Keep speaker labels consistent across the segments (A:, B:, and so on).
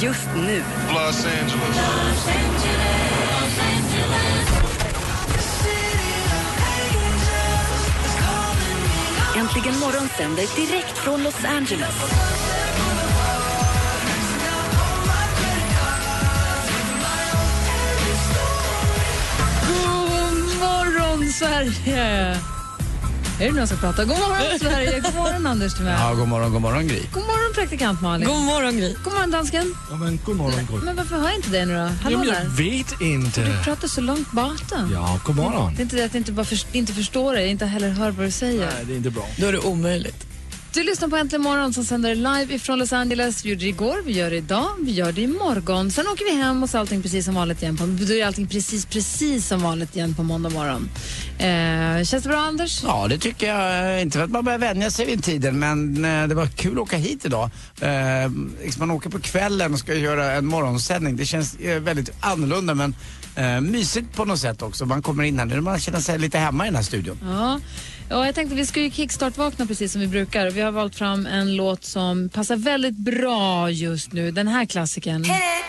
A: just nu.
B: Los Angeles.
A: Äntligen morgon sänder direkt från Los Angeles.
C: God morgon, Sverige! Är det någon som pratar? God morgon, Sverige! God morgon, Anders Timell!
D: Ja, god morgon, god morgon Gry.
C: God morgon, praktikant Malin! God morgon, Gry! God morgon, dansken!
E: Ja, men god morgon, god.
C: Men varför hör jag inte dig nu då? Hallå
E: Jag
C: där!
E: vet inte.
C: Du pratar så långt borta.
E: Ja, god morgon.
C: Det är inte det att jag inte, bara först- inte förstår dig, inte heller hör vad du säger.
E: Nej, det är inte bra.
F: Då är det omöjligt.
C: Du lyssnar på Äntligen morgon som sänder live ifrån Los Angeles. Vi gjorde det igår, vi gör det idag, vi gör det imorgon. Sen åker vi hem och så är allting precis som vanligt igen på, då är allting precis, precis som vanligt igen på måndag morgon. Eh, känns det bra, Anders?
D: Ja, det tycker jag. Eh, Inte för att man börjar vänja sig vid tiden, men eh, det var kul att åka hit idag. Eh, liksom man åker på kvällen och ska göra en morgonsändning. Det känns eh, väldigt annorlunda, men eh, mysigt på något sätt också. Man kommer in här nu, man känner sig lite hemma i den här studion.
C: Ja. ja, jag tänkte vi ska ju kickstart-vakna precis som vi brukar. Vi har valt fram en låt som passar väldigt bra just nu. Den här klassikern.
G: It ain't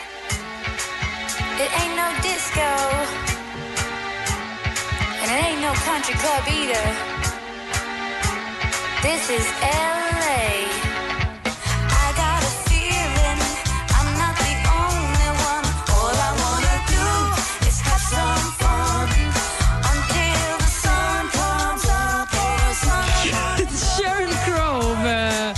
G: no disco. And it ain't no country club either. This is LA. I got a feeling I'm not the only one. All I wanna do is have some fun. Until the sun comes up or some
C: Sheryl Crow med,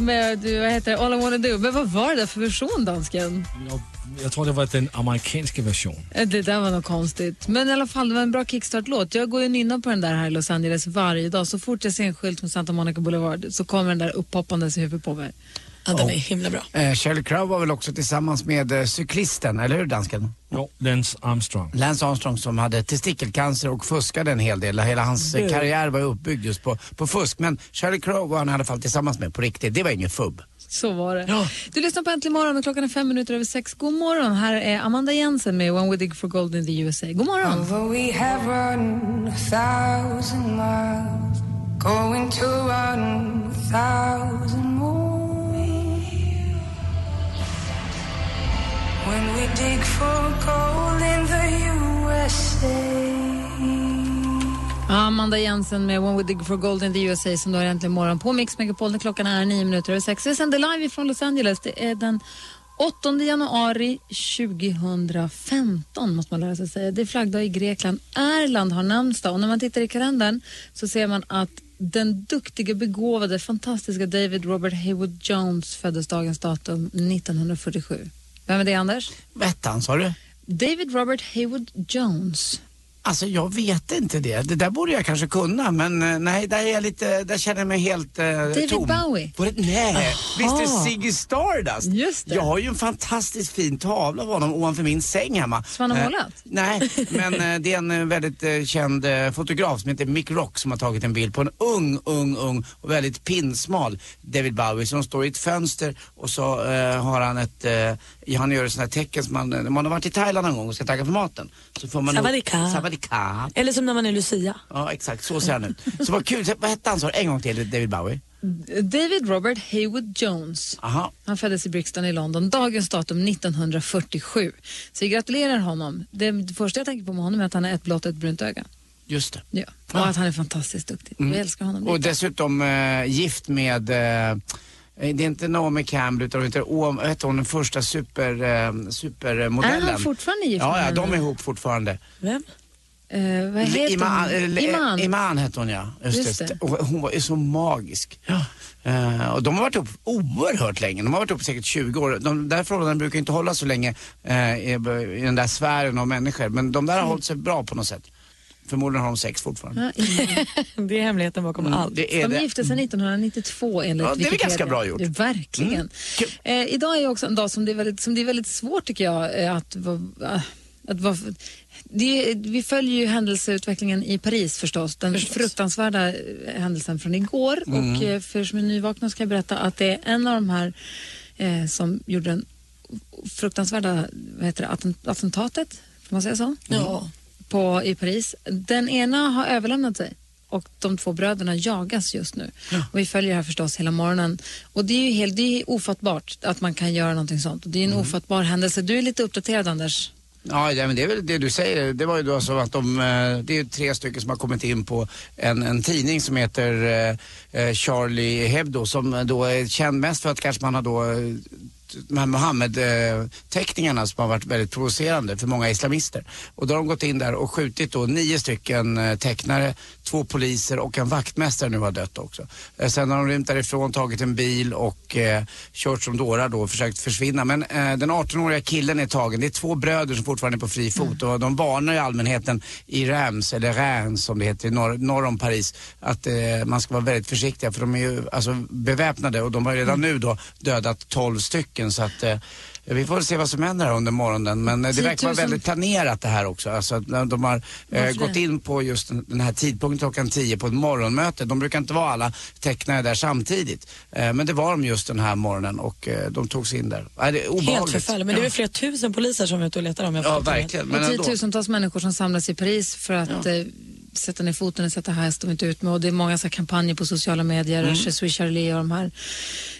C: med du, vad heter det? All I wanna do. Men vad var det där för version, dansken?
E: Jag, jag tror det var den amerikanska versionen.
C: Eh, Det där var nog konstigt. Men i alla fall, det var en bra kickstart-låt. Jag går ju och nynnar på den där här i Los Angeles varje dag. Så fort jag ser en skylt med Santa Monica Boulevard så kommer den där upppoppandes i huvudet på mig.
F: Ja, den är himla bra.
D: Eh, Sheryl Crow var väl också tillsammans med eh, cyklisten, eller hur dansken?
E: Ja, Lance Armstrong.
D: Lance Armstrong som hade testikelcancer och fuskade en hel del. Hela hans eh, karriär var ju uppbyggd just på, på fusk. Men Sheryl Crow var han i alla fall tillsammans med på riktigt. Det var ingen fubb.
C: Så var det. Du lyssnar på Äntligen morgon och klockan är fem minuter över sex. God morgon, här är Amanda Jensen med When We Dig For Gold in the USA. God morgon!
H: Although we have run a thousand miles, going to run a thousand more. When we dig for gold in the USA.
C: Amanda Jensen med When We Dig For Gold in the USA som du har Äntligen morgon på Mix Megapol när klockan är nio minuter över sex. Vi sänder live från Los Angeles. Det är den 8 januari 2015 måste man lära sig säga. Det är flaggdag i Grekland. Erland har namnsdag och när man tittar i kalendern så ser man att den duktiga, begåvade, fantastiska David Robert Haywood Jones föddes dagens datum 1947. Vem är det, Anders?
D: Vad hette han sa du?
C: David Robert Haywood Jones.
D: Alltså jag vet inte det. Det där borde jag kanske kunna men eh, nej, där, är jag lite, där känner jag mig helt eh,
C: David
D: tom.
C: Bowie.
D: Var det, nej, visst är Ziggy Stardust?
C: Just det.
D: Jag har ju en fantastiskt fin tavla av honom ovanför min säng hemma. Eh,
C: Som han har målat?
D: Nej, men eh, det är en eh, väldigt eh, känd eh, fotograf som heter Mick Rock som har tagit en bild på en ung, ung, ung och väldigt pinsmal David Bowie som står i ett fönster och så eh, har han ett, eh, han gör sådana här tecken som man, när man har varit i Thailand någon gång och ska tacka för maten. Så får man upp-
F: Savadika.
D: Savadika.
F: Eller som när man är Lucia.
D: Ja, exakt. Så ser han ut. Så vad kul. Vad hette han sa du? En gång till, David Bowie?
C: David Robert Haywood Jones.
D: Aha.
C: Han föddes i Brixton i London, dagens datum 1947. Så vi gratulerar honom. Det första jag tänker på med honom är att han har ett blått och ett brunt öga.
D: Just det.
C: Ja. Och att han är fantastiskt duktig. Vi älskar honom.
D: Mm. Och dessutom eh, gift med, eh, det är inte Naomi Campbell utan hon heter Om- vad heter hon, den första super, eh, supermodellen.
C: Är han fortfarande gift
D: Ja,
C: med
D: ja, de är
C: henne?
D: ihop fortfarande.
F: Vem?
C: Eh, vad heter
D: Iman,
C: hon?
D: eller,
C: Iman.
D: Iman hette hon ja. Just
C: Just
D: det.
C: det.
D: Och hon var ju så magisk. Eh, och de har varit upp oerhört länge. De har varit upp säkert 20 år. De där förhållandena brukar inte hålla så länge eh, i, i den där sfären av människor. Men de där har hållit sig bra på något sätt. Förmodligen har de sex fortfarande.
C: Mm.
D: Mm.
C: Ja, Iman.
F: Det är hemligheten bakom allt.
D: Det är
C: De
D: det.
C: gifte sig 1992 enligt
D: Ja, det är väl
C: Wikipedia.
D: ganska bra gjort. Mm.
C: Ja, Verkligen.
D: Kul.
C: Eh, idag är också en dag som det är väldigt, som det är väldigt svårt tycker jag eh, att, va, va- att va, det, är- vi följer ju händelseutvecklingen i Paris förstås, den fruktansvärda eh, händelsen från igår. Och
D: Mm.
C: eh, för er som är nyvakna ska jag berätta att det är en av de här eh, som gjorde den fruktansvärda vad heter det, attent- attentatet, får man säga så?
F: Ja.
C: på, i Paris. Den ena har överlämnat sig. och de två bröderna jagas just nu. Och vi följer det här förstås hela morgonen. Och det är ju helt, det är ofattbart att man kan göra någonting sånt. Och Det är en ofattbar händelse. Du är lite uppdaterad Anders.
D: Ja, ja, men det är väl det du säger. Det var ju då så att de, eh, det är ju tre stycken som har kommit in på en, en tidning som heter eh, eh, Charlie Hebdo som då är känd mest för att kanske man har då eh, de här Mohammed-teckningarna som har varit väldigt provocerande för många islamister. Och då har de gått in där och skjutit då nio stycken eh, tecknare, två poliser och en vaktmästare nu har dött också. Eh, Sen har de rymt därifrån, tagit en bil och eh, kört som dårar då och försökt försvinna. Men eh, den 18-åriga killen är tagen. Det är två bröder som fortfarande är på fri fot och de varnar ju allmänheten i Reims, eller Reims som det heter, i norr, norr om Paris, att eh, man ska vara väldigt försiktiga för de är ju alltså, beväpnade och de har ju redan nu då dödat 12 stycken så att eh, vi får se vad som händer här under morgonen men eh, det verkar vara
C: 10 000.
D: väldigt planerat det här också. Alltså att när de har eh,
C: Varför
D: gått
C: det?
D: in på just den- den här tidpunkten klockan 10 på ett morgonmöte. De brukar inte vara alla tecknare där samtidigt. Eh, men det var de just den här morgonen och eh, de tog sig in där. Nej, det är
F: Helt
D: obehagligt.
F: förfärligt. Men det är väl flera tusen poliser som är ute och letar om jag
D: Ja,
F: fattar rätt.
D: verkligen. Men
C: Och
D: ändå.
C: tiotusentals människor som samlas i Paris för att eh, sätta ner foten och sätta här står vi inte ut med. Och det är många så här kampanjer på sociala medier, mm. Je suis Charlie och de här.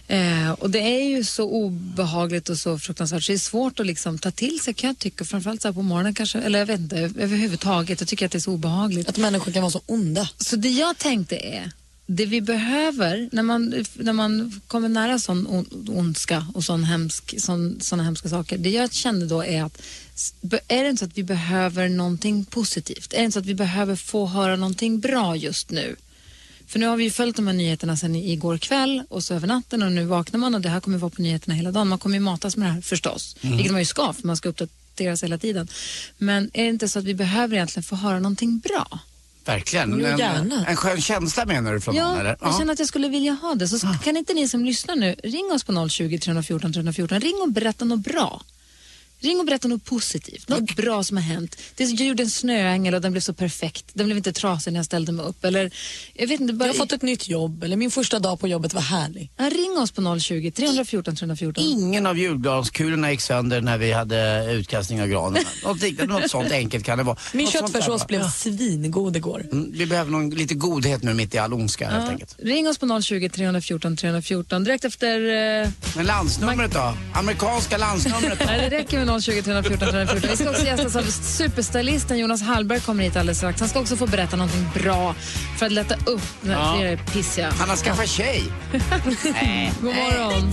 C: Eh, och det är ju så obehagligt och så fruktansvärt så det är svårt att liksom ta till sig kan jag tycka. Framförallt så här på morgonen kanske, eller jag vet inte, överhuvudtaget. Jag tycker att det är så obehagligt.
F: Att människor kan vara så onda.
C: Så det jag tänkte är, det vi behöver när man, när man kommer nära sån on- ondska och sån hemsk, sån, såna hemska saker, det jag kände då är att s- be- är det inte så att vi behöver någonting positivt? Är det inte så att vi behöver få höra någonting bra just nu? För nu har vi ju följt de här nyheterna sedan i- igår kväll och så över natten och nu vaknar man och det här kommer vara på nyheterna hela dagen. Man kommer ju matas med det här förstås, vilket man ju ska för man ska uppdateras hela tiden. Men är det inte så att vi behöver egentligen få höra någonting bra?
D: Verkligen.
F: Jo,
D: en,
F: gärna.
D: en skön känsla menar du från någon
C: Ja,
D: eller?
C: jag känner att jag skulle vilja ha det. Så
F: Ah.
C: sk- kan inte ni som lyssnar nu, ring oss på 020 314 314. Ring och berätta något bra. Ring och berätta något positivt, något bra som har hänt. Det är så- jag gjorde en snöängel och den blev så perfekt. Den blev inte trasig när jag ställde mig upp. Eller, jag vet inte,
F: Jag
C: bara...
F: har fått ett nytt jobb, eller min första dag på jobbet var härlig.
C: ja, ring oss på 020 314 314.
D: Ingen av julgranskulorna gick sönder när vi hade utkastning av granen. Något liknande, något sånt enkelt kan det vara.
F: Min
D: Något sånt där, va?
F: köttfärssås blev svingod igår.
D: Mm, Vi behöver någon, lite godhet nu mitt i all ondska helt enkelt.
C: Ring oss på 020 314 314. Direkt efter... Eh...
D: Men landsnumret då? Amerikanska landsnumret då?
C: Nej, det räcker med 020 314 314. Vi ska också gästas av superstylisten Jonas Hallberg kommer hit alldeles strax. Han ska också få berätta någonting bra för att lätta upp när
D: Ja.
C: flera är pissiga.
D: Han har skaffat tjej. Nej.
C: God morgon.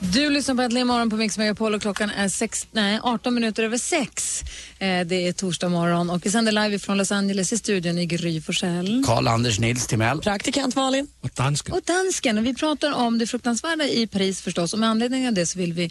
C: Du lyssnar på Äntligen morgon på Mix Megapol och klockan är sex, nej, 18 minuter över sex. Eh, det är torsdag morgon och vi sänder live från Los Angeles i studion i Gry Forssell.
D: Karl-Anders Nils Timell.
F: Praktikant Malin.
E: Och danska.
C: Och dansken. Och vi pratar om det fruktansvärda i Paris förstås och med anledning av det så vill vi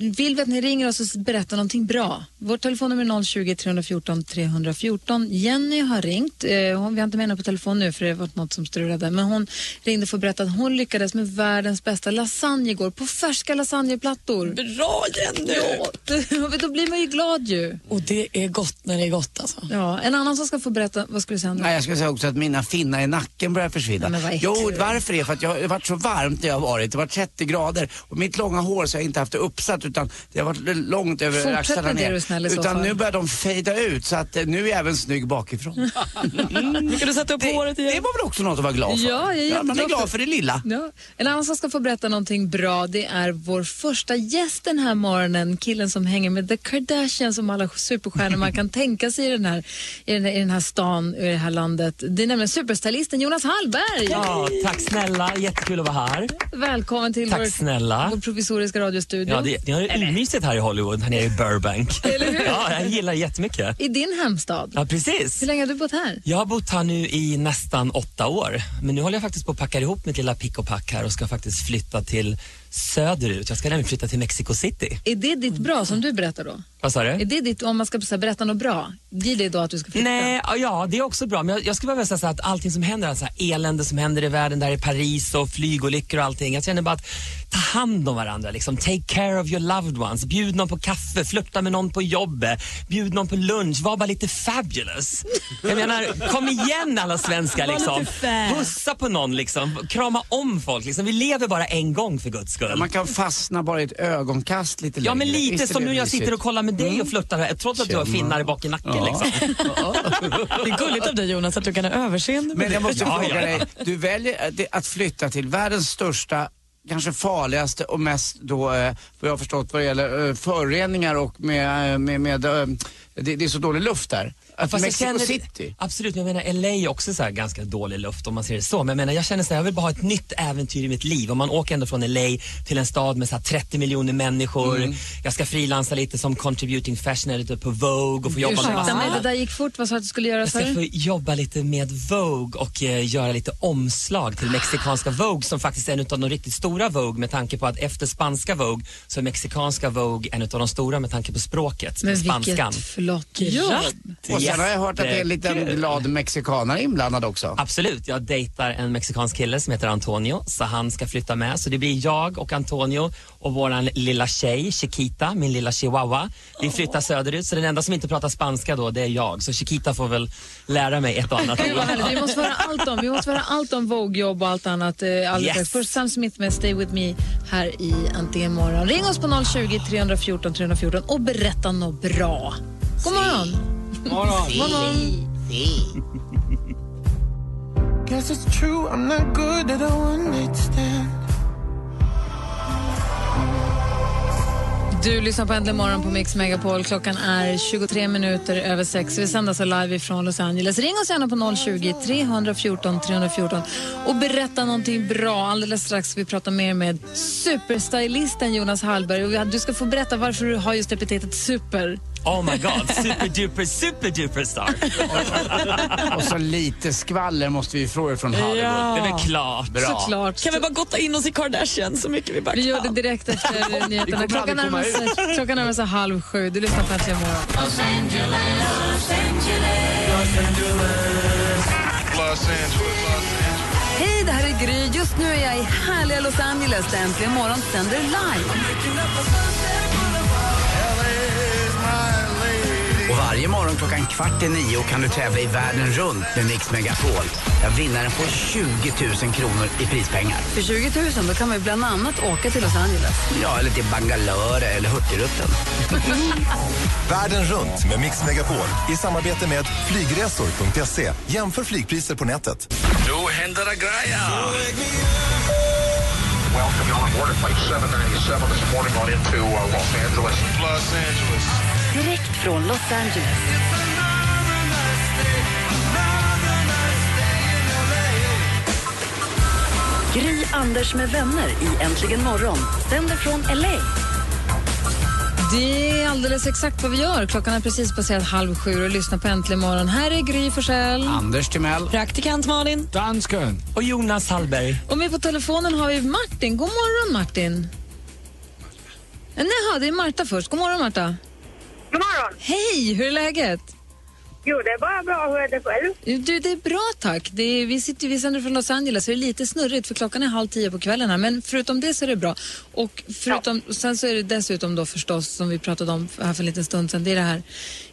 C: vill vi att ni ringer oss och berättar någonting bra. Vårt telefonnummer är 020 314 314. Jenny har ringt. Eh, hon, vi har inte med henne på telefon nu för det var något som strulade. Men hon ringde för att berätta att hon lyckades med världens bästa lasagne igår på färska lasagneplattor.
F: Bra Jenny!
C: Ja, då blir man ju glad ju.
F: Och det är gott när det är gott alltså.
C: Ja, en annan som ska få berätta, vad skulle du säga? Anders?
D: Nej, jag ska säga också att mina finnar i nacken börjar försvinna.
C: Nej, men vad äckligt.
D: jo, varför det? För att jag, det har varit så varmt där jag har varit. Det har varit 30 grader och mitt långa hår så har jag inte haft det uppsatt utan det har varit långt över
C: Fortsätt
D: axlarna
C: med det,
D: ner.
C: är du snäll i så
D: utan
C: fall.
D: nu börjar de fejda ut så att eh, nu är jag även snygg bakifrån.
C: Mm.
F: Nu kan du sätta upp håret
D: Det
F: igen.
D: var väl också något att vara glad för?
C: Ja, jag är
D: Man är
C: jätteglad
D: glad
C: för-
D: för det lilla.
C: Ja. En annan som ska få berätta någonting bra det är vår första gäst den här morgonen. Killen som hänger med The Kardashians som alla superstjärnor man kan tänka sig i den här, i den här, i den här stan och i det här landet. Det är nämligen superstylisten Jonas Hallberg.
B: Ja, tack snälla, jättekul att vara här.
C: Välkommen till
B: Tack
C: vår,
B: snälla.
C: vår provisoriska radiostudio.
B: Ja, det, ni har ju mysigt här i Hollywood, här nere i Burbank. Ja, jag gillar det jättemycket.
C: I din hemstad.
B: Ja, precis.
C: Hur länge har du bott här?
B: Jag har bott här nu i nästan åtta år, men nu håller jag faktiskt på att packa ihop mitt lilla pick och pack här och ska faktiskt flytta till söderut. Jag ska nämligen flytta till Mexico City.
C: Är det ditt bra som du berättar då?
B: Vad sa
C: Är
B: du?
C: det ditt, om man ska så här, berätta något bra, blir det då att du ska flytta?
B: Nej, ja, ja, det är också bra. Men jag, jag skulle bara vilja säga så här att allting som händer, alltså här elände som händer i världen, där i Paris och flygolyckor och allting. Jag känner bara att ta hand om varandra. Liksom. Take care of your loved ones. Bjud någon på kaffe, flirta med någon på jobbet, bjud någon på lunch. Var bara lite fabulous. Jag menar, kom igen alla
F: Var
B: svenskar.
F: lite
B: Liksom.
F: fab.
B: Pussa på någon, liksom. krama om folk. Liksom. Vi lever bara en gång för guds skull.
D: Man kan fastna bara i ett ögonkast lite
B: Ja
D: längre.
B: men lite
D: Visst är
B: som
D: det
B: nu jag
D: mysigt? Mm.
B: sitter och kollar med dig och flörtar här, trots att du har
D: Tjena.
B: finnar bak i nacken. Liksom.
F: Det är gulligt av dig Jonas att du kan ha överseende med
D: Men jag
F: det.
D: måste
B: Ja,
D: fråga
B: ja.
D: dig, du väljer att- det- att flytta till världens största Kanske farligaste och mest då, eh, vad jag har förstått vad det gäller eh, föroreningar och med, eh, med, med eh, det, det är så dålig luft där. Att
B: Fast jag
D: Mexico
B: känner-
D: City.
B: Absolut, men jag menar LA är också så här ganska dålig luft om man ser det så. Men jag menar, jag känner så här, jag vill bara ha ett nytt äventyr i mitt liv. Om man åker ändå från LA till en stad med så här 30 miljoner människor.
C: Mm.
B: Jag ska frilansa lite som contributing fashion editor på Vogue och få jobba med
C: Ursäkta
B: massa
C: mig, det där gick fort. Vad sa du att du skulle göra?
B: Jag
C: sa
B: ska
C: du?
B: få jobba lite med Vogue och eh, göra lite omslag till mexikanska Vogue som faktiskt är en av de riktigt stora Vogue med tanke på att efter spanska Vogue så är mexikanska Vogue en av de stora med tanke på språket,
C: Men
B: spanskan.
C: vilket flott jobb.
D: Och sen har jag hört att det är en liten
B: Jättekul.
D: glad mexikanare inblandad också.
B: Absolut, jag dejtar en mexikansk kille som heter Antonio så han ska flytta med. Så det blir jag och Antonio och våran lilla tjej Chiquita, min lilla chihuahua. Vi flyttar söderut så den enda som inte pratar spanska då det är jag. Så Chiquita får väl lära mig ett och annat
C: Gud, vad härligt. Vi måste höra allt om, vi måste höra allt om Vogue-jobb och allt annat. Eh, alldeles
B: Yes.
C: strax. Först Sam Smith med Stay With Me här i Antingen Morgon. Ring oss på 020 314 314 och berätta något bra. God morgon! God morgon.
I: Guess it's true, I'm not good at a one night stand.
C: Du lyssnar på Äntligen morgon på Mix Megapol. Klockan är 23 minuter över sex. Vi sänder alltså live ifrån Los Angeles. Ring oss gärna på 020-314 314 och berätta någonting bra. Alldeles strax ska vi prata mer med superstylisten Jonas Hallberg. Och vi- Du ska få berätta varför du har just epitetet super.
B: Oh my god, super duper super duper star.
D: Och så lite skvaller måste vi fråga från Hollywood.
F: Ja.
B: Det är väl klart.
D: Bra.
C: Såklart.
F: Kan vi bara gotta in oss i Kardashian så mycket vi bara
C: Vi gör det
F: kan?
C: direkt efter nyheterna.
D: aldrig
C: Klockan
D: komma
C: närmar sig- klockan närmar sig halv sju. Du lyssnar på Äntligen morgon.
A: Hej, det här är Gry. Just nu är jag i härliga Los Angeles där Äntligen morgon sänder live.
J: Och varje morgon klockan kvart i nio kan du tävla i världen runt med Mix Megapol. Där vinnaren får 20 000 kronor i prispengar.
A: För 20 000 då kan man ju bland annat åka till Los Angeles.
J: Ja, eller till Bangalore eller Hurtigruten.
K: Världen runt med Mix Megapol i samarbete med flygresor.se. Jämför flygpriser på nätet.
J: Nu händer det grejer!
I: Welcome on board at flight 797 this morning on into uh, Los Angeles. Los Angeles.
A: Direkt från Los Angeles. Gry Anders med vänner i Äntligen morgon sänder från LA.
C: Det är alldeles exakt vad vi gör. Klockan är precis passerat halv sju och lyssna på Äntligen morgon. Här är Gry Forssell.
D: Anders Timell.
F: Praktikant Malin.
E: Dansken.
B: Och Jonas Hallberg.
C: Och med på telefonen har vi Martin. God morgon, Martin. Eh, Nej, det är Marta först. God morgon, Marta.
I: God morgon.
C: Hej, hur är läget?
I: Jo, det är bara bra. Hur är det själv?
C: Du, det är bra, tack. Det är, vi, sitter, vi sänder från Los Angeles, så det är lite snurrigt för klockan är halv tio på kvällen här. Men förutom det så är det bra. Och förutom, sen så är det dessutom då förstås, som vi pratade om här för en liten stund sedan, det är det här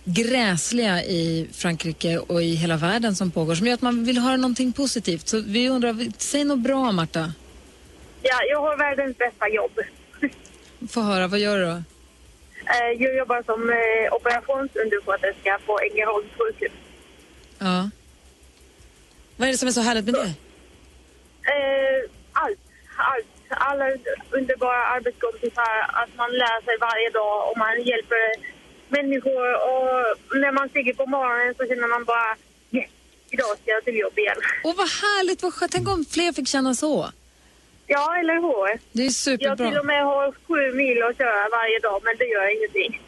C: gräsliga i Frankrike och i hela världen som pågår som gör att man vill höra någonting positivt. Så vi undrar, säg något bra, Marta.
I: Ja, jag har världens bästa jobb.
C: Få höra, vad gör du då?
I: Eh, Jag jobbar som eh, operationsundersköterska på Ängelholms sjukhus.
C: Ja.
F: Vad är det som är så härligt med det?
I: Eh, Allt, allt. Alla underbara arbetskompisar, att man lär sig varje dag och man hjälper människor. Och när man stiger på morgonen så känner man bara yes, idag ska jag till jobb igen.
C: Och vad härligt, vad skönt. Tänk om fler fick känna så.
I: Ja, eller hur?
C: Det är
I: Jag till
C: superbra.
I: och med har sju mil att köra varje dag, men det gör ingenting.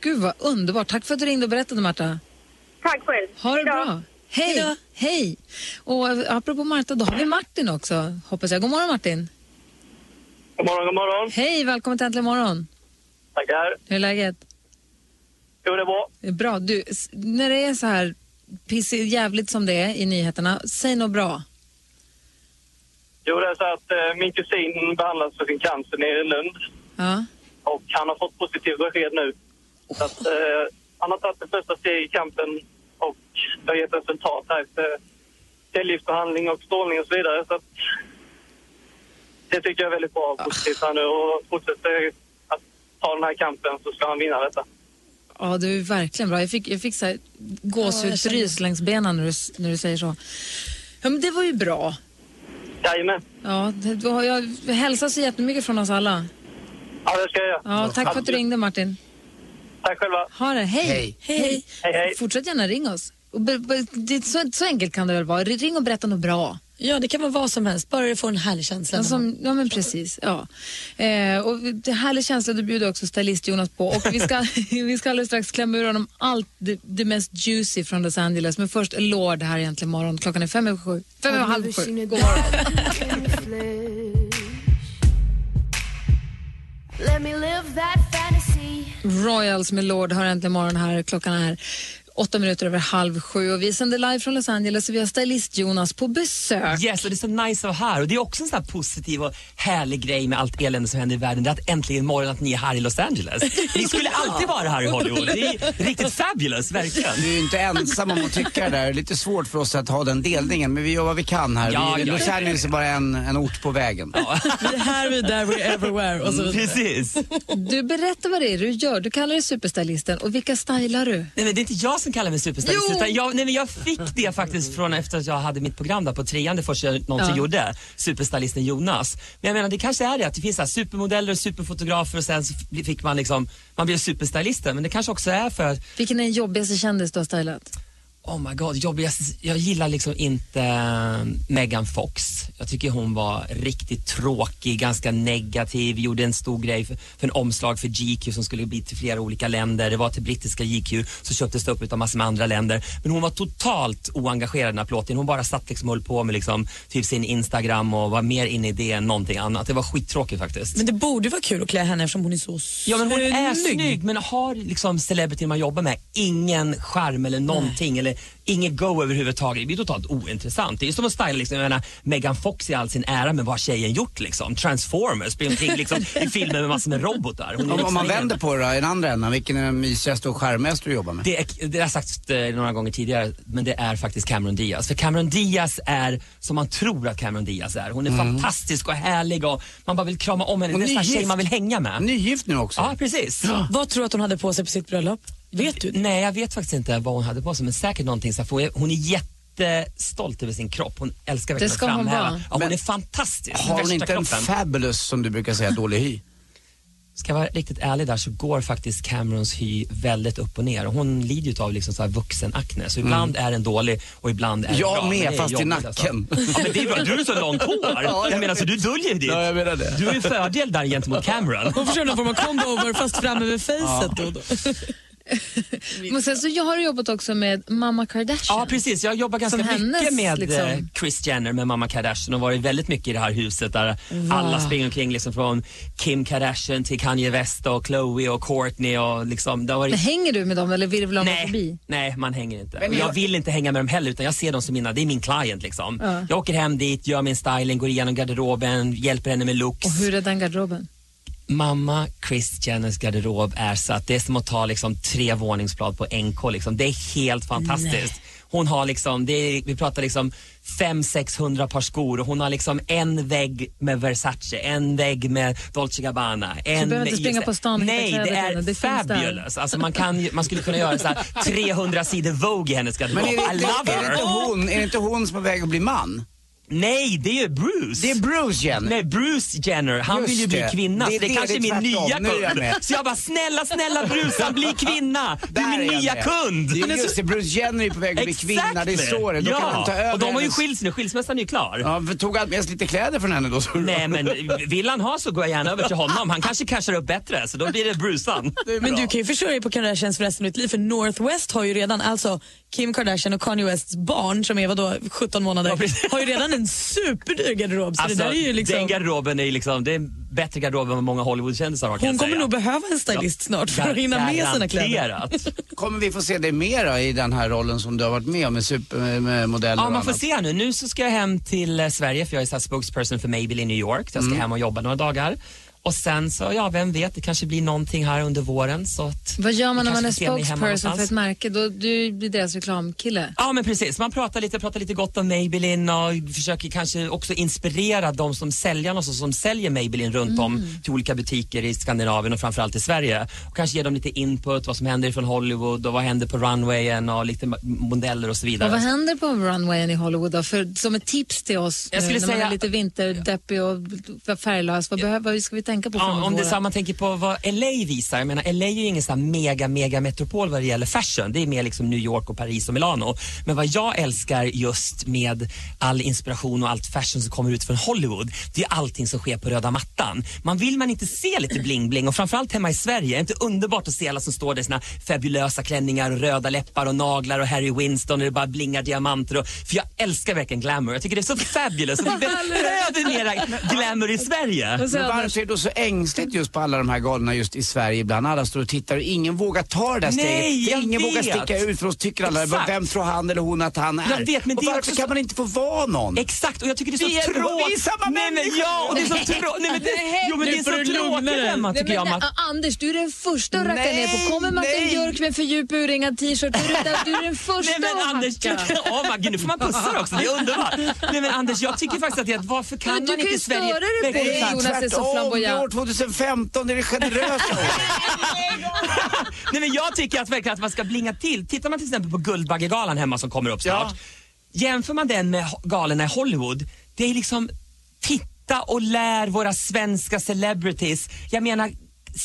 C: Gud vad underbart. Tack för att du ringde och berättade Marta.
I: Tack själv.
C: Ha det
I: Hejdå.
C: bra. Hej.
F: Hejdå.
C: Hej. Och eh, apropå Marta, då har vi Martin också, hoppas jag. God morgon Martin.
I: God morgon, god morgon.
C: Hej, välkommen till Äntligen morgon.
I: Tackar.
C: Hur är läget?
I: Jo, det var.
C: Det är Bra. Du, s- när det är så här pissigt jävligt som det är i nyheterna, säg något bra.
L: Jo, det är så att eh, min kusin behandlas för sin cancer nere i Lund
C: Ja.
L: och han har fått positivt besked nu. Så att, eh, han har tagit det första steget i kampen och det har gett resultat här efter cellgiftsbehandling och strålning och så vidare. Så att, det tycker jag är väldigt bra och positivt här nu och fortsätter att ta den här kampen så ska han vinna detta.
C: Ja, det är verkligen bra. Jag fick, jag fick så här gåshudsrys längs benen när du, s- när du säger så. Ja, men det var ju bra.
L: Jajamän.
C: Ja, det, du har- jag hälsar så jättemycket från oss alla.
L: Ja, det ska jag göra.
C: Ja, tack för att du ringde, Martin.
L: Tack själva.
C: Ha det. Hej.
L: Hej.
C: Hej. Fortsätt gärna ringa oss. Och be, be, det, så, så enkelt kan det väl vara? Ring och berätta något bra.
F: Ja, det kan vara vad som helst, bara du får en härlig känsla.
C: Ja, som, ja men precis. Ja. Eh, och det härlig känsla du bjuder också stylist Jonas på. Och vi ska, vi ska alldeles strax klämma ur honom allt det, det mest juicy från Los Angeles. Men först Lord här egentligen imorgon. Klockan är fem över sju. Fem över halv sju. God morgon.
G: Let me live that fantasy.
C: Royals med Lord har äntligen morgon här. Klockan är åtta minuter över halv sju och vi sänder live från Los Angeles och vi har stylist Jonas på besök.
B: Yes, och det är så nice att vara här. Och det är också en sån här positiv och härlig grej med allt elände som händer i världen. Det är att äntligen imorgon att ni är här i Los Angeles. Ni skulle alltid vara här i Hollywood. Det är riktigt fabulous, verkligen.
D: Du är ju inte ensam om att tycka det där. Det är lite svårt för oss att ha den delningen, men vi gör vad vi kan här.
B: Ja,
D: vi,
B: ja,
D: Los
B: ja.
D: Angeles är bara en, en ort på vägen.
F: Vi är här, vi är där, vi är everywhere och så vidare.
B: Mm, Precis.
C: Du berättar vad det är du gör. Du kallar dig superstylisten och vilka stylar du?
B: Nej, men det är inte jag som kallar mig superstylist.
C: Jo!
B: Utan jag, nej, men jag fick det faktiskt från efter att jag hade mitt program där på trean, det första jag någonsin
C: Ja.
B: gjorde, superstylisten Jonas. Men jag menar, det kanske är det att det finns så här supermodeller och superfotografer och sen så f- fick man liksom, man blev superstylisten. Men det kanske också är för att,
C: Vilken är den jobbigaste kändis du har stylat?
B: oh my god, jag, jag, jag gillar liksom inte eh, Megan Fox. Jag tycker hon var riktigt tråkig, ganska negativ, gjorde en stor grej för, för en omslag för GQ som skulle bli till flera olika länder. Det var till brittiska GQ, så köptes det upp utav massor med andra länder. Men hon var totalt oengagerad i den här plåten. Hon bara satt liksom och höll på med liksom, typ sin Instagram och var mer inne i det än någonting annat. Det var skittråkigt faktiskt.
F: Men det borde vara kul att klä henne eftersom hon är så snygg.
B: Ja men hon är snygg men har liksom celebrity man jobbar med ingen charm eller någonting eller ingen go överhuvudtaget. Det blir totalt ointressant. Det är som att styla liksom, jag menar, Megan Fox i all sin ära men vad har tjejen gjort liksom? Transformers, blir omkring liksom, i filmer med massor med robotar. Hon
D: Om,
B: är liksom
D: om man
B: ingen-
D: vänder på det då, i den andra änden, vilken är den mysigaste och charmigaste du jobbar med?
B: det, är, det har jag sagt eh, några gånger tidigare, men det är faktiskt Cameron Diaz. För Cameron Diaz är som man tror att Cameron Diaz är. Hon är fantastisk och härlig och man bara vill krama om henne.
F: Hon
B: Det
F: är
B: är en sån här tjej
F: nygift.
B: man vill hänga med.
D: Nygift nu också?
B: Ja, precis.
F: Vad tror du att hon hade på sig på sitt bröllop? Vet du?
B: Nej, jag vet faktiskt inte vad hon hade på sig, men säkert någonting. Så här, för hon är jättestolt över sin kropp. Hon älskar verkligen
D: Det ska
B: att
D: hon
B: framhäva.
D: vara.
B: ja, hon
D: Men
B: är fantastisk.
D: Har hon
B: Värsta
D: inte en
B: kroppen.
D: fabulous, som du brukar säga, dålig hy?
B: Ska jag vara riktigt ärlig där så går faktiskt Camerons hy väldigt upp och ner. Och hon lider ju av liksom så här vuxenakne. Så ibland är den dålig och ibland är den
D: Mm. Jag
B: bra. Men
D: med,
B: det är
D: fast i
B: jobbigt,
D: nacken.
B: Alltså. Ja, men det är bra. Du har ju så långt hår.
D: Ja, jag
B: jag menar, så du döljer ditt.
D: Ja, jag menar det.
B: Du är en fördel där gentemot Cameron.
F: Hon försöker någon form av combo-over fast fram över facet.
B: Ja.
F: Då, då.
C: Men sen så jag har jobbat också med mamma Kardashian.
B: Ja, precis. Jag jobbar ganska
C: Som hennes,
B: mycket med
C: liksom.
B: eh, Kris Jenner, med mamma Kardashian och varit väldigt mycket i det här huset där
C: Va?
B: alla springer omkring liksom från Kim Kardashian till Kanye West och Khloe och Kourtney och liksom, det har
C: Men
B: varit
C: hänger du med dem eller virvlar man
B: Nej.
C: förbi?
B: Nej, man hänger inte.
C: Men
B: Och jag
C: jag-
B: vill inte hänga med dem heller utan jag ser dem som mina, det är min client liksom.
C: Ja.
B: Jag åker hem dit, gör min styling, går igenom garderoben, hjälper henne med looks.
C: Och hur är den garderoben?
B: Mamma Kris Jenners garderob är så att det är som att ta liksom tre våningsblad på NK. Liksom. Det är helt fantastiskt.
M: Nej.
B: Hon har liksom, det är, vi pratar liksom 500-600 par skor och hon har liksom en vägg med Versace, en vägg med Dolce Gabbana. En
C: behöver inte springa på stan och hitta
B: Nej, det
C: kläder till
B: är
C: henne. Det finns där.
B: fabulous. Alltså man, kan, ju- man skulle kunna göra så här 300 sidor Vogue i hennes garderob.
D: Men är det,
B: I
D: inte,
B: love
D: är, det
B: her.
D: inte hon, är det inte hon som är på väg att bli man?
B: Nej, det är ju Bruce.
D: Det är Bruce Jenner.
B: Nej, Bruce Jenner. Han
D: Just
B: vill ju bli
D: det.
B: kvinna,
D: Det
B: det,
D: är
B: så det,
D: det,
B: kanske är
D: det är
B: min
D: tvärtom.
B: nya
D: Nu är jag
B: kund.
D: med.
B: Så jag bara, snälla, snälla Brusan, bli kvinna! Du är
D: Där
B: min
D: jag
B: nya
D: med.
B: kund!
D: Det
B: Han är
D: är
B: så-
D: just det, Bruce Jenner är på väg att bli
B: Exakt
D: kvinna. Det är så det är. Då
B: ja.
D: kan han ta över
B: Och de har ju
D: hennes-
B: skilts nu, skilsmässan är ju klar.
D: Ja, för tog allt med sig lite kläder från henne då? Så
B: Nej men vill han ha så går jag gärna över till honom. Han kanske cashar upp bättre så då blir det Brusan.
F: Men du kan ju försörja dig på Kardashians för resten av ditt liv för Northwest har ju redan, alltså Kim Kardashian och Kanye Wests barn som är vadå, 17 månader, har ju redan en en superdyr garderob. Så det där är ju liksom...
B: Alltså, Den garderoben är ju liksom, det är en bättre garderob än vad många Hollywoodkändisar har kan
F: Hon
B: jag
F: kommer
B: säga.
F: nog behöva en stylist snart för att hinna med sina kläder.
D: Kommer vi få se dig mera i den här rollen som du har varit med om med supermodeller
B: Ja,
D: och
B: man får
D: annat?
B: se nu. Nu så ska jag hem till eh, Sverige för jag är så här spokesperson för Maybelline i New York. Jag ska
D: Mm.
B: hem och jobba några dagar. Och sen så, ja vem vet, det kanske blir någonting här under våren. Så att
C: Vad gör man
B: ni
C: när man är
B: kanske får se mig hemma
C: spokesperson för
B: någonstans.
C: ett märke? Då, du blir deras reklamkille.
B: Ja men precis, man pratar lite, pratar lite gott om Maybelline och försöker kanske också inspirera de som säljer och så, som säljer Maybelline runt
C: Mm.
B: om till olika butiker i Skandinavien och framförallt i Sverige. Och kanske ge dem lite input, vad som händer från Hollywood och vad händer på runwayen och lite ma- modeller och så vidare.
C: Och vad händer på runwayen i Hollywood då? För, som ett tips till oss
B: Jag
C: nu,
B: skulle
C: när man
B: säga-
C: är lite vinterdeppig och färglös. Vad, behöver, vad ska vi tänka på?
B: Ja,
C: framåt
B: om det är
C: våren?
B: så här, man tänker på vad LA visar. Jag menar, LA är ju ingen så här mega, mega metropol vad det gäller fashion. Det är mer liksom New York och Paris och Milano. Men vad jag älskar just med all inspiration och allt fashion som kommer ut från Hollywood, det är allting som sker på röda mattan. Man vill man inte se lite bling-bling och framförallt hemma i Sverige. Är det inte underbart att se alla som står där i sina fabulösa klänningar och röda läppar och naglar och Harry Winston och det bara blingar diamanter. Och, för jag älskar verkligen glamour. Jag tycker det är så fabulous. Och vi behöver mera glamour i Sverige.
D: Men varför är det då så ängsligt just på alla de här galorna just i Sverige ibland? Alla står och tittar och ingen vågar ta det där
B: Nej,
D: steget.
B: jag
D: Ingen vågar
B: vet.
D: sticka ut för då tycker alla,
B: Exakt.
D: vem tror han eller hon att han är?
B: Jag vet, men
D: och
B: det är
D: varför
B: också så-
D: kan man inte få vara någon?
B: Exakt, och jag tycker det
D: Vi
B: är
D: är-
B: så tråkigt.
D: vi är samma
B: nej, men,
D: människor.
B: ja, och det är så trå- nej, men det, jo, men det är så tråkigt femma tycker
C: Nej,
B: jag.
C: men,
B: Man,
C: A- Anders, du är den första att racka
B: Nej,
C: ner på. Kommer Martin
B: nej.
C: Björk med för djup urringad t-shirt, du är, den- du är den första
B: nej men
C: att
B: Anders,
C: hacka.
B: oh, man, gud, nu får man pussa också, det är underbart. Nej men Anders, jag tycker faktiskt att det är att varför kan
C: Men du
B: man
C: kan
B: inte
C: ju
B: i Sverige...
C: störa dig på
B: verkligen-
C: det, Jonas är så
D: Tvärtom, det är år 2015, det är det generösa
B: Nej men jag tycker att verkligen att man ska blinga till. Tittar man till exempel på Guldbaggegalan hemma som kommer upp snart. Jämför man den med ho- galorna i Hollywood, det är liksom titta och lär våra svenska celebrities. Jag menar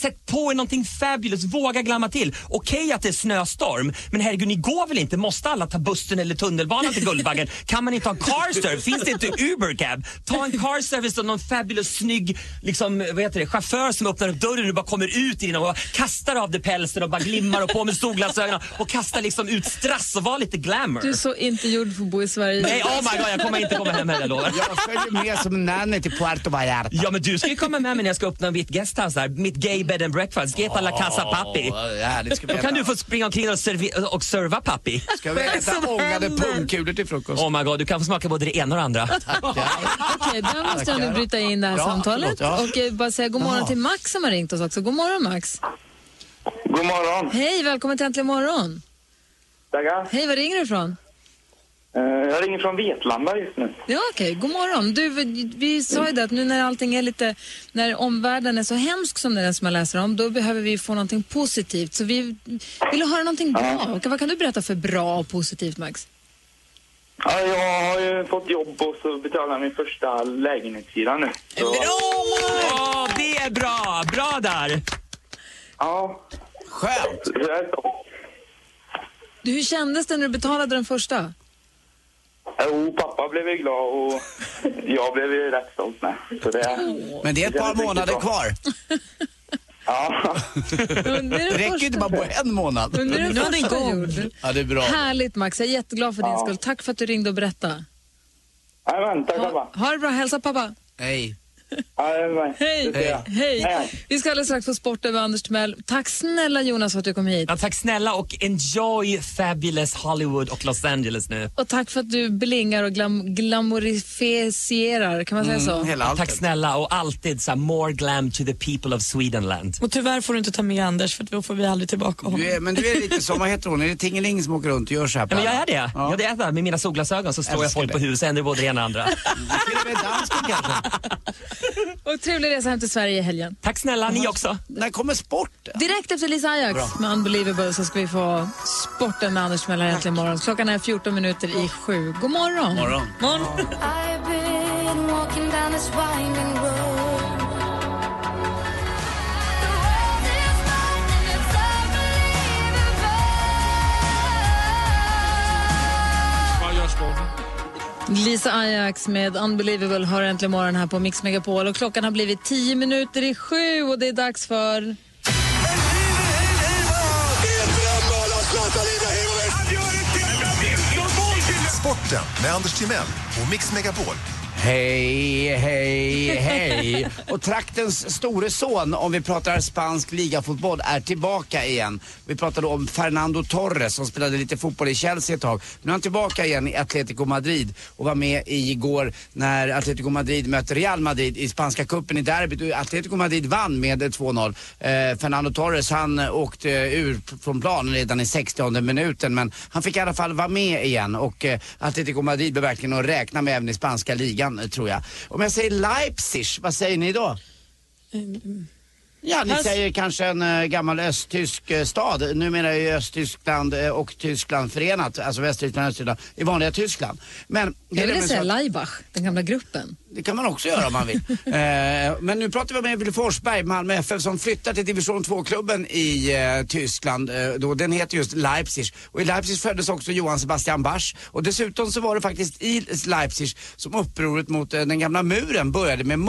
B: Sätt på er någonting fabulous, våga glamma till. Okej att det är snöstorm, men herregud ni går väl inte? Måste alla ta bussen eller tunnelbanan till Guldbaggen? Kan man inte ha Carserve? Finns det inte Ubercab? Ta en Carservice och någon fabulous snygg liksom, vad heter det, chaufför som öppnar upp dörren och du bara kommer ut i den och kastar av dig pälsen och bara glimmar och på med solglasögonen och kastar liksom ut strass och var lite glamour.
C: Du är så inte gjord för att bo i Sverige.
B: Nej, oh my god, jag kommer inte komma hem heller, jag lovar.
D: Jag följer med som nanny till Puerto Vallarta.
B: Ja, men du ska ju komma med mig när jag ska öppna mitt guesthouse där. Mitt gay bed and breakfast. Ska heta La Casa
D: Åh,
B: Papi.
D: vad härligt ska vi
B: Då kan
D: äta.
B: du få springa omkring och, servi- och serva Papi.
D: Ska vi äta ångade pungkulor till frukost?
B: Oh my god, du kan få smaka både det ena och det andra.
C: Okej, där måste jag nu bryta in det här
B: Ja,
C: samtalet
B: förlåt, ja.
C: och eh, bara säga god morgon till Max som har ringt oss också. God morgon Max.
M: God morgon.
C: Hej, välkommen till Äntligen morgon.
M: Tackar.
C: Hej, var ringer du ifrån?
M: Eh, Jag ringer från Vetlanda just nu.
C: Ja, okej. God morgon. Du, vi- vi sa ju det att nu när allting är lite, när omvärlden är så hemsk som den är som man läser om, då behöver vi få någonting positivt. Så vi ville höra någonting bra. Och vad kan du berätta för bra och positivt, Max?
M: Ja, jag har ju fått jobb och så betalar jag min första lägenhetshyra nu. Så,
B: Åh, det är bra! Bra där!
M: ja.
D: Skönt!
M: Det är så.
C: Du, hur kändes det när du betalade den första?
M: Jo, pappa blev ju glad och jag blev ju rätt stolt med. Så det,
D: Men det är ett par månader kvar.
M: Ja.
D: Det räcker ju inte bara på en månad.
C: Under den Nu är den första igång. gjord.
D: Ja, det är bra.
C: Härligt, Max. Jag är jätteglad för din
D: Ja.
C: skull. Tack för att du ringde och berättade.
M: Jajamän, tack pappa.
C: Ha det bra. Hälsa pappa.
D: Hej.
M: Hej.
C: Hej. Hej. Vi ska alldeles strax få sporten med Anders Timell. Tack snälla Jonas för att du kom hit.
B: Ja, tack snälla och enjoy fabulous Hollywood och Los Angeles nu.
C: Och tack för att du blingar och glam glamorifierar, kan man säga
D: Mm,
C: så?
B: tack snälla och alltid så här, more glam to the people of Swedenland.
F: Och tyvärr får du inte ta med Anders för då får vi aldrig tillbaka honom.
D: Du är, men du är lite som, vad heter hon, är det Tingeling som åker runt och gör så här? på
B: Ja, men jag
D: alla?
B: är det. Ja. Jag är det. Med mina solglasögon så slår jag
D: Älskar
B: folk på
D: det.
B: huvudet, så händer både det ena och det andra.
C: Och trevlig resa hem till Sverige i helgen.
B: Tack snälla, ni också.
D: När kommer sport?
C: Direkt efter Lisa Ajax
D: Bra.
C: med Unbelievable så ska vi få sporten med Anders Timell här äntligen imorgon. Klockan är 14 minuter i sju. God morgon!
D: Morgon.
C: morgon.
G: I've been walking down this winding road.
C: Lisa Ajax med Unbelievable hör äntligen morgon här på Mix Megapol och klockan har blivit 10 minuter i sju och det är dags för...
N: Sporten
K: Kvarten med Anders Timell och Mix Megapol.
D: Hej, hej, hej. Och traktens store son, om vi pratar spansk ligafotboll, är tillbaka igen. Vi pratade om Fernando Torres som spelade lite fotboll i Chelsea ett tag. Nu är han tillbaka igen i Atletico Madrid och var med igår när Atletico Madrid mötte Real Madrid i spanska cupen i derbyt. Och Atletico Madrid vann med 2-0. Eh, Fernando Torres, han eh, åkte ur från planen redan i 60 minuten men han fick i alla fall vara med igen och eh, Atletico Madrid blir verkligen att räkna med även i spanska ligan eh, tror jag. Om jag säger Leipzig, vad säger ni då?
C: Mm.
D: Ja, ni
F: Pass.
D: säger kanske en eh, gammal östtysk eh, stad. Numera är ju Östtyskland eh, och Tyskland förenat, alltså Västtyskland och Östtyskland, i vanliga Tyskland. Men
C: Jag ville
D: nämligen så
C: säga
D: att-
C: Laibach, den gamla gruppen.
D: det kan man också göra om man vill. eh, men nu pratar vi med Evelyn Forsberg, Malmö FF, som flyttar till division 2-klubben i eh, Tyskland. Eh, då, den heter just Leipzig. Och i Leipzig föddes också Johann Sebastian Bach. Och dessutom så var det faktiskt i Leipzig som upproret mot eh, den gamla muren började med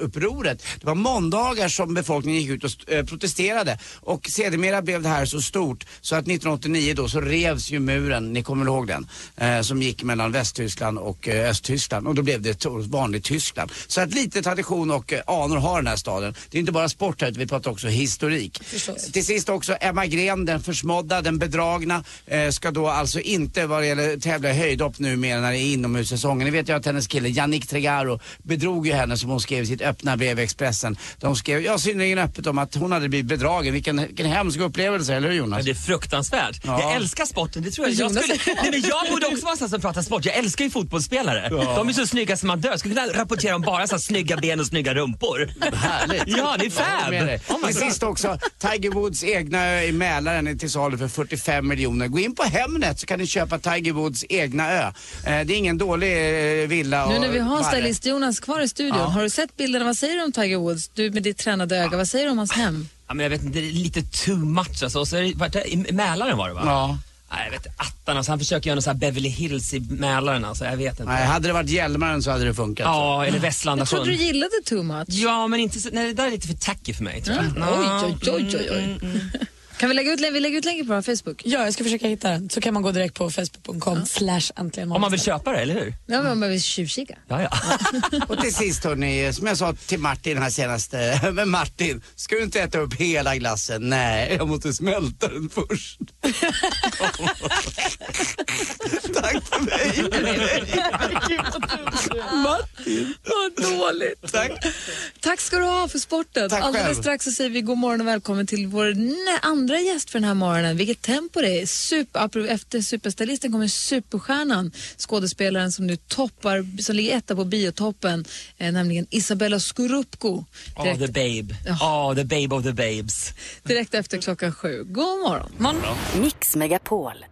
D: måndagsupproret. Det var måndagar som befolkningen gick ut och st- eh, protesterade. Och sedermera blev det här så stort så att 1989 då så revs ju muren, ni kommer ihåg den, eh, som gick mellan Västtyskland och eh, Östtyskland. Och då blev det ett vanligt Tyskland. Så att lite tradition och eh, anor har den här staden. Det är inte bara sport här utan vi pratar också historik. Till sist också Emma Gren, den försmådda, den bedragna, eh, ska då alltså inte vad det gäller tävla i höjdhopp nu mer när det är inomhussäsongen. Ni vet ju att hennes kille Yannick Tregaro bedrog ju henne som hon skrev i sitt öppna brev i Expressen. De skrev, ja synnerligen öppet om att hon hade blivit bedragen. Vilken, vilken hemsk upplevelse, eller hur Jonas?
B: Det är fruktansvärt. Jag älskar sporten. Det tror jag. Jag,
D: Jonas
B: skulle,
D: är kvar.
B: nej, men jag borde också vara sån som pratar sport. Jag älskar ju fotbollsspelare.
D: Ja.
B: De är så snygga som man dör. Jag skulle kunna rapportera om bara så här snygga ben och snygga rumpor.
D: Härligt.
B: Ja, det är
D: Jag håller med
B: fab. Oh
D: dig.
B: Ja, men
D: Till
B: bra.
D: sist också, Tiger Woods egna ö i Mälaren är till salu för 45 miljoner. Gå in på Hemnet så kan ni köpa Tiger Woods egna ö. Eh, Det är ingen dålig eh, villa.
C: Nu när
D: och
C: vi har
D: barre.
C: stylist Jonas kvar i studion,
D: Ja.
C: har du sett bilderna? Vad säger du om Tiger Woods? Du med ditt tränade öga, vad säger du om hans hem?
B: Ja, men jag vet inte, det är lite too much alltså. Och så är det, vart det, I Mälaren var det va?
D: Ja.
B: Nej, jag vet attan alltså, Han försöker göra någon så här Beverly Hills i Mälaren alltså. Jag vet inte.
D: Nej, hade det varit Hjälmaren så hade det funkat.
B: Ja, eller
C: Jag
B: Västlandasjön.
C: trodde du gillade too much.
B: Ja, men inte så, nej, det där är lite för tacky för mig tror jag.
C: Mm. Oj, oj, oj, oj, oj. Kan vi lägga ut, vi lägger ut länken på vår Facebook?
F: Ja, jag ska försöka hitta den. Så kan man gå direkt på facebook.com slash äntligen
B: Om
F: morgon.
B: man vill köpa det, eller hur?
C: Ja, men man vill tjuvkika.
B: Ja, ja.
D: Och till sist hörni, som jag sa till Martin här senaste, men Martin, ska du inte äta upp hela glassen? Nej, jag måste smälta den först. Tack för mig.
C: Martin, vad dåligt.
D: Tack.
C: Tack ska du ha för sporten.
A: Tack
C: Alldeles
A: själv.
C: strax så säger vi god morgon och välkommen till vår nä- andra gäst för den här morgonen. Vilket tempo det är. Super, apro- efter superstylisten kommer superstjärnan, skådespelaren som nu toppar, som ligger etta på biotoppen, eh, nämligen Isabella Scorupco.
B: Oh,
C: Direkt,
B: the babe. Oh, the babe of the babes.
C: direkt efter klockan sju. God morgon.
F: morgon.
N: Mix Megapol.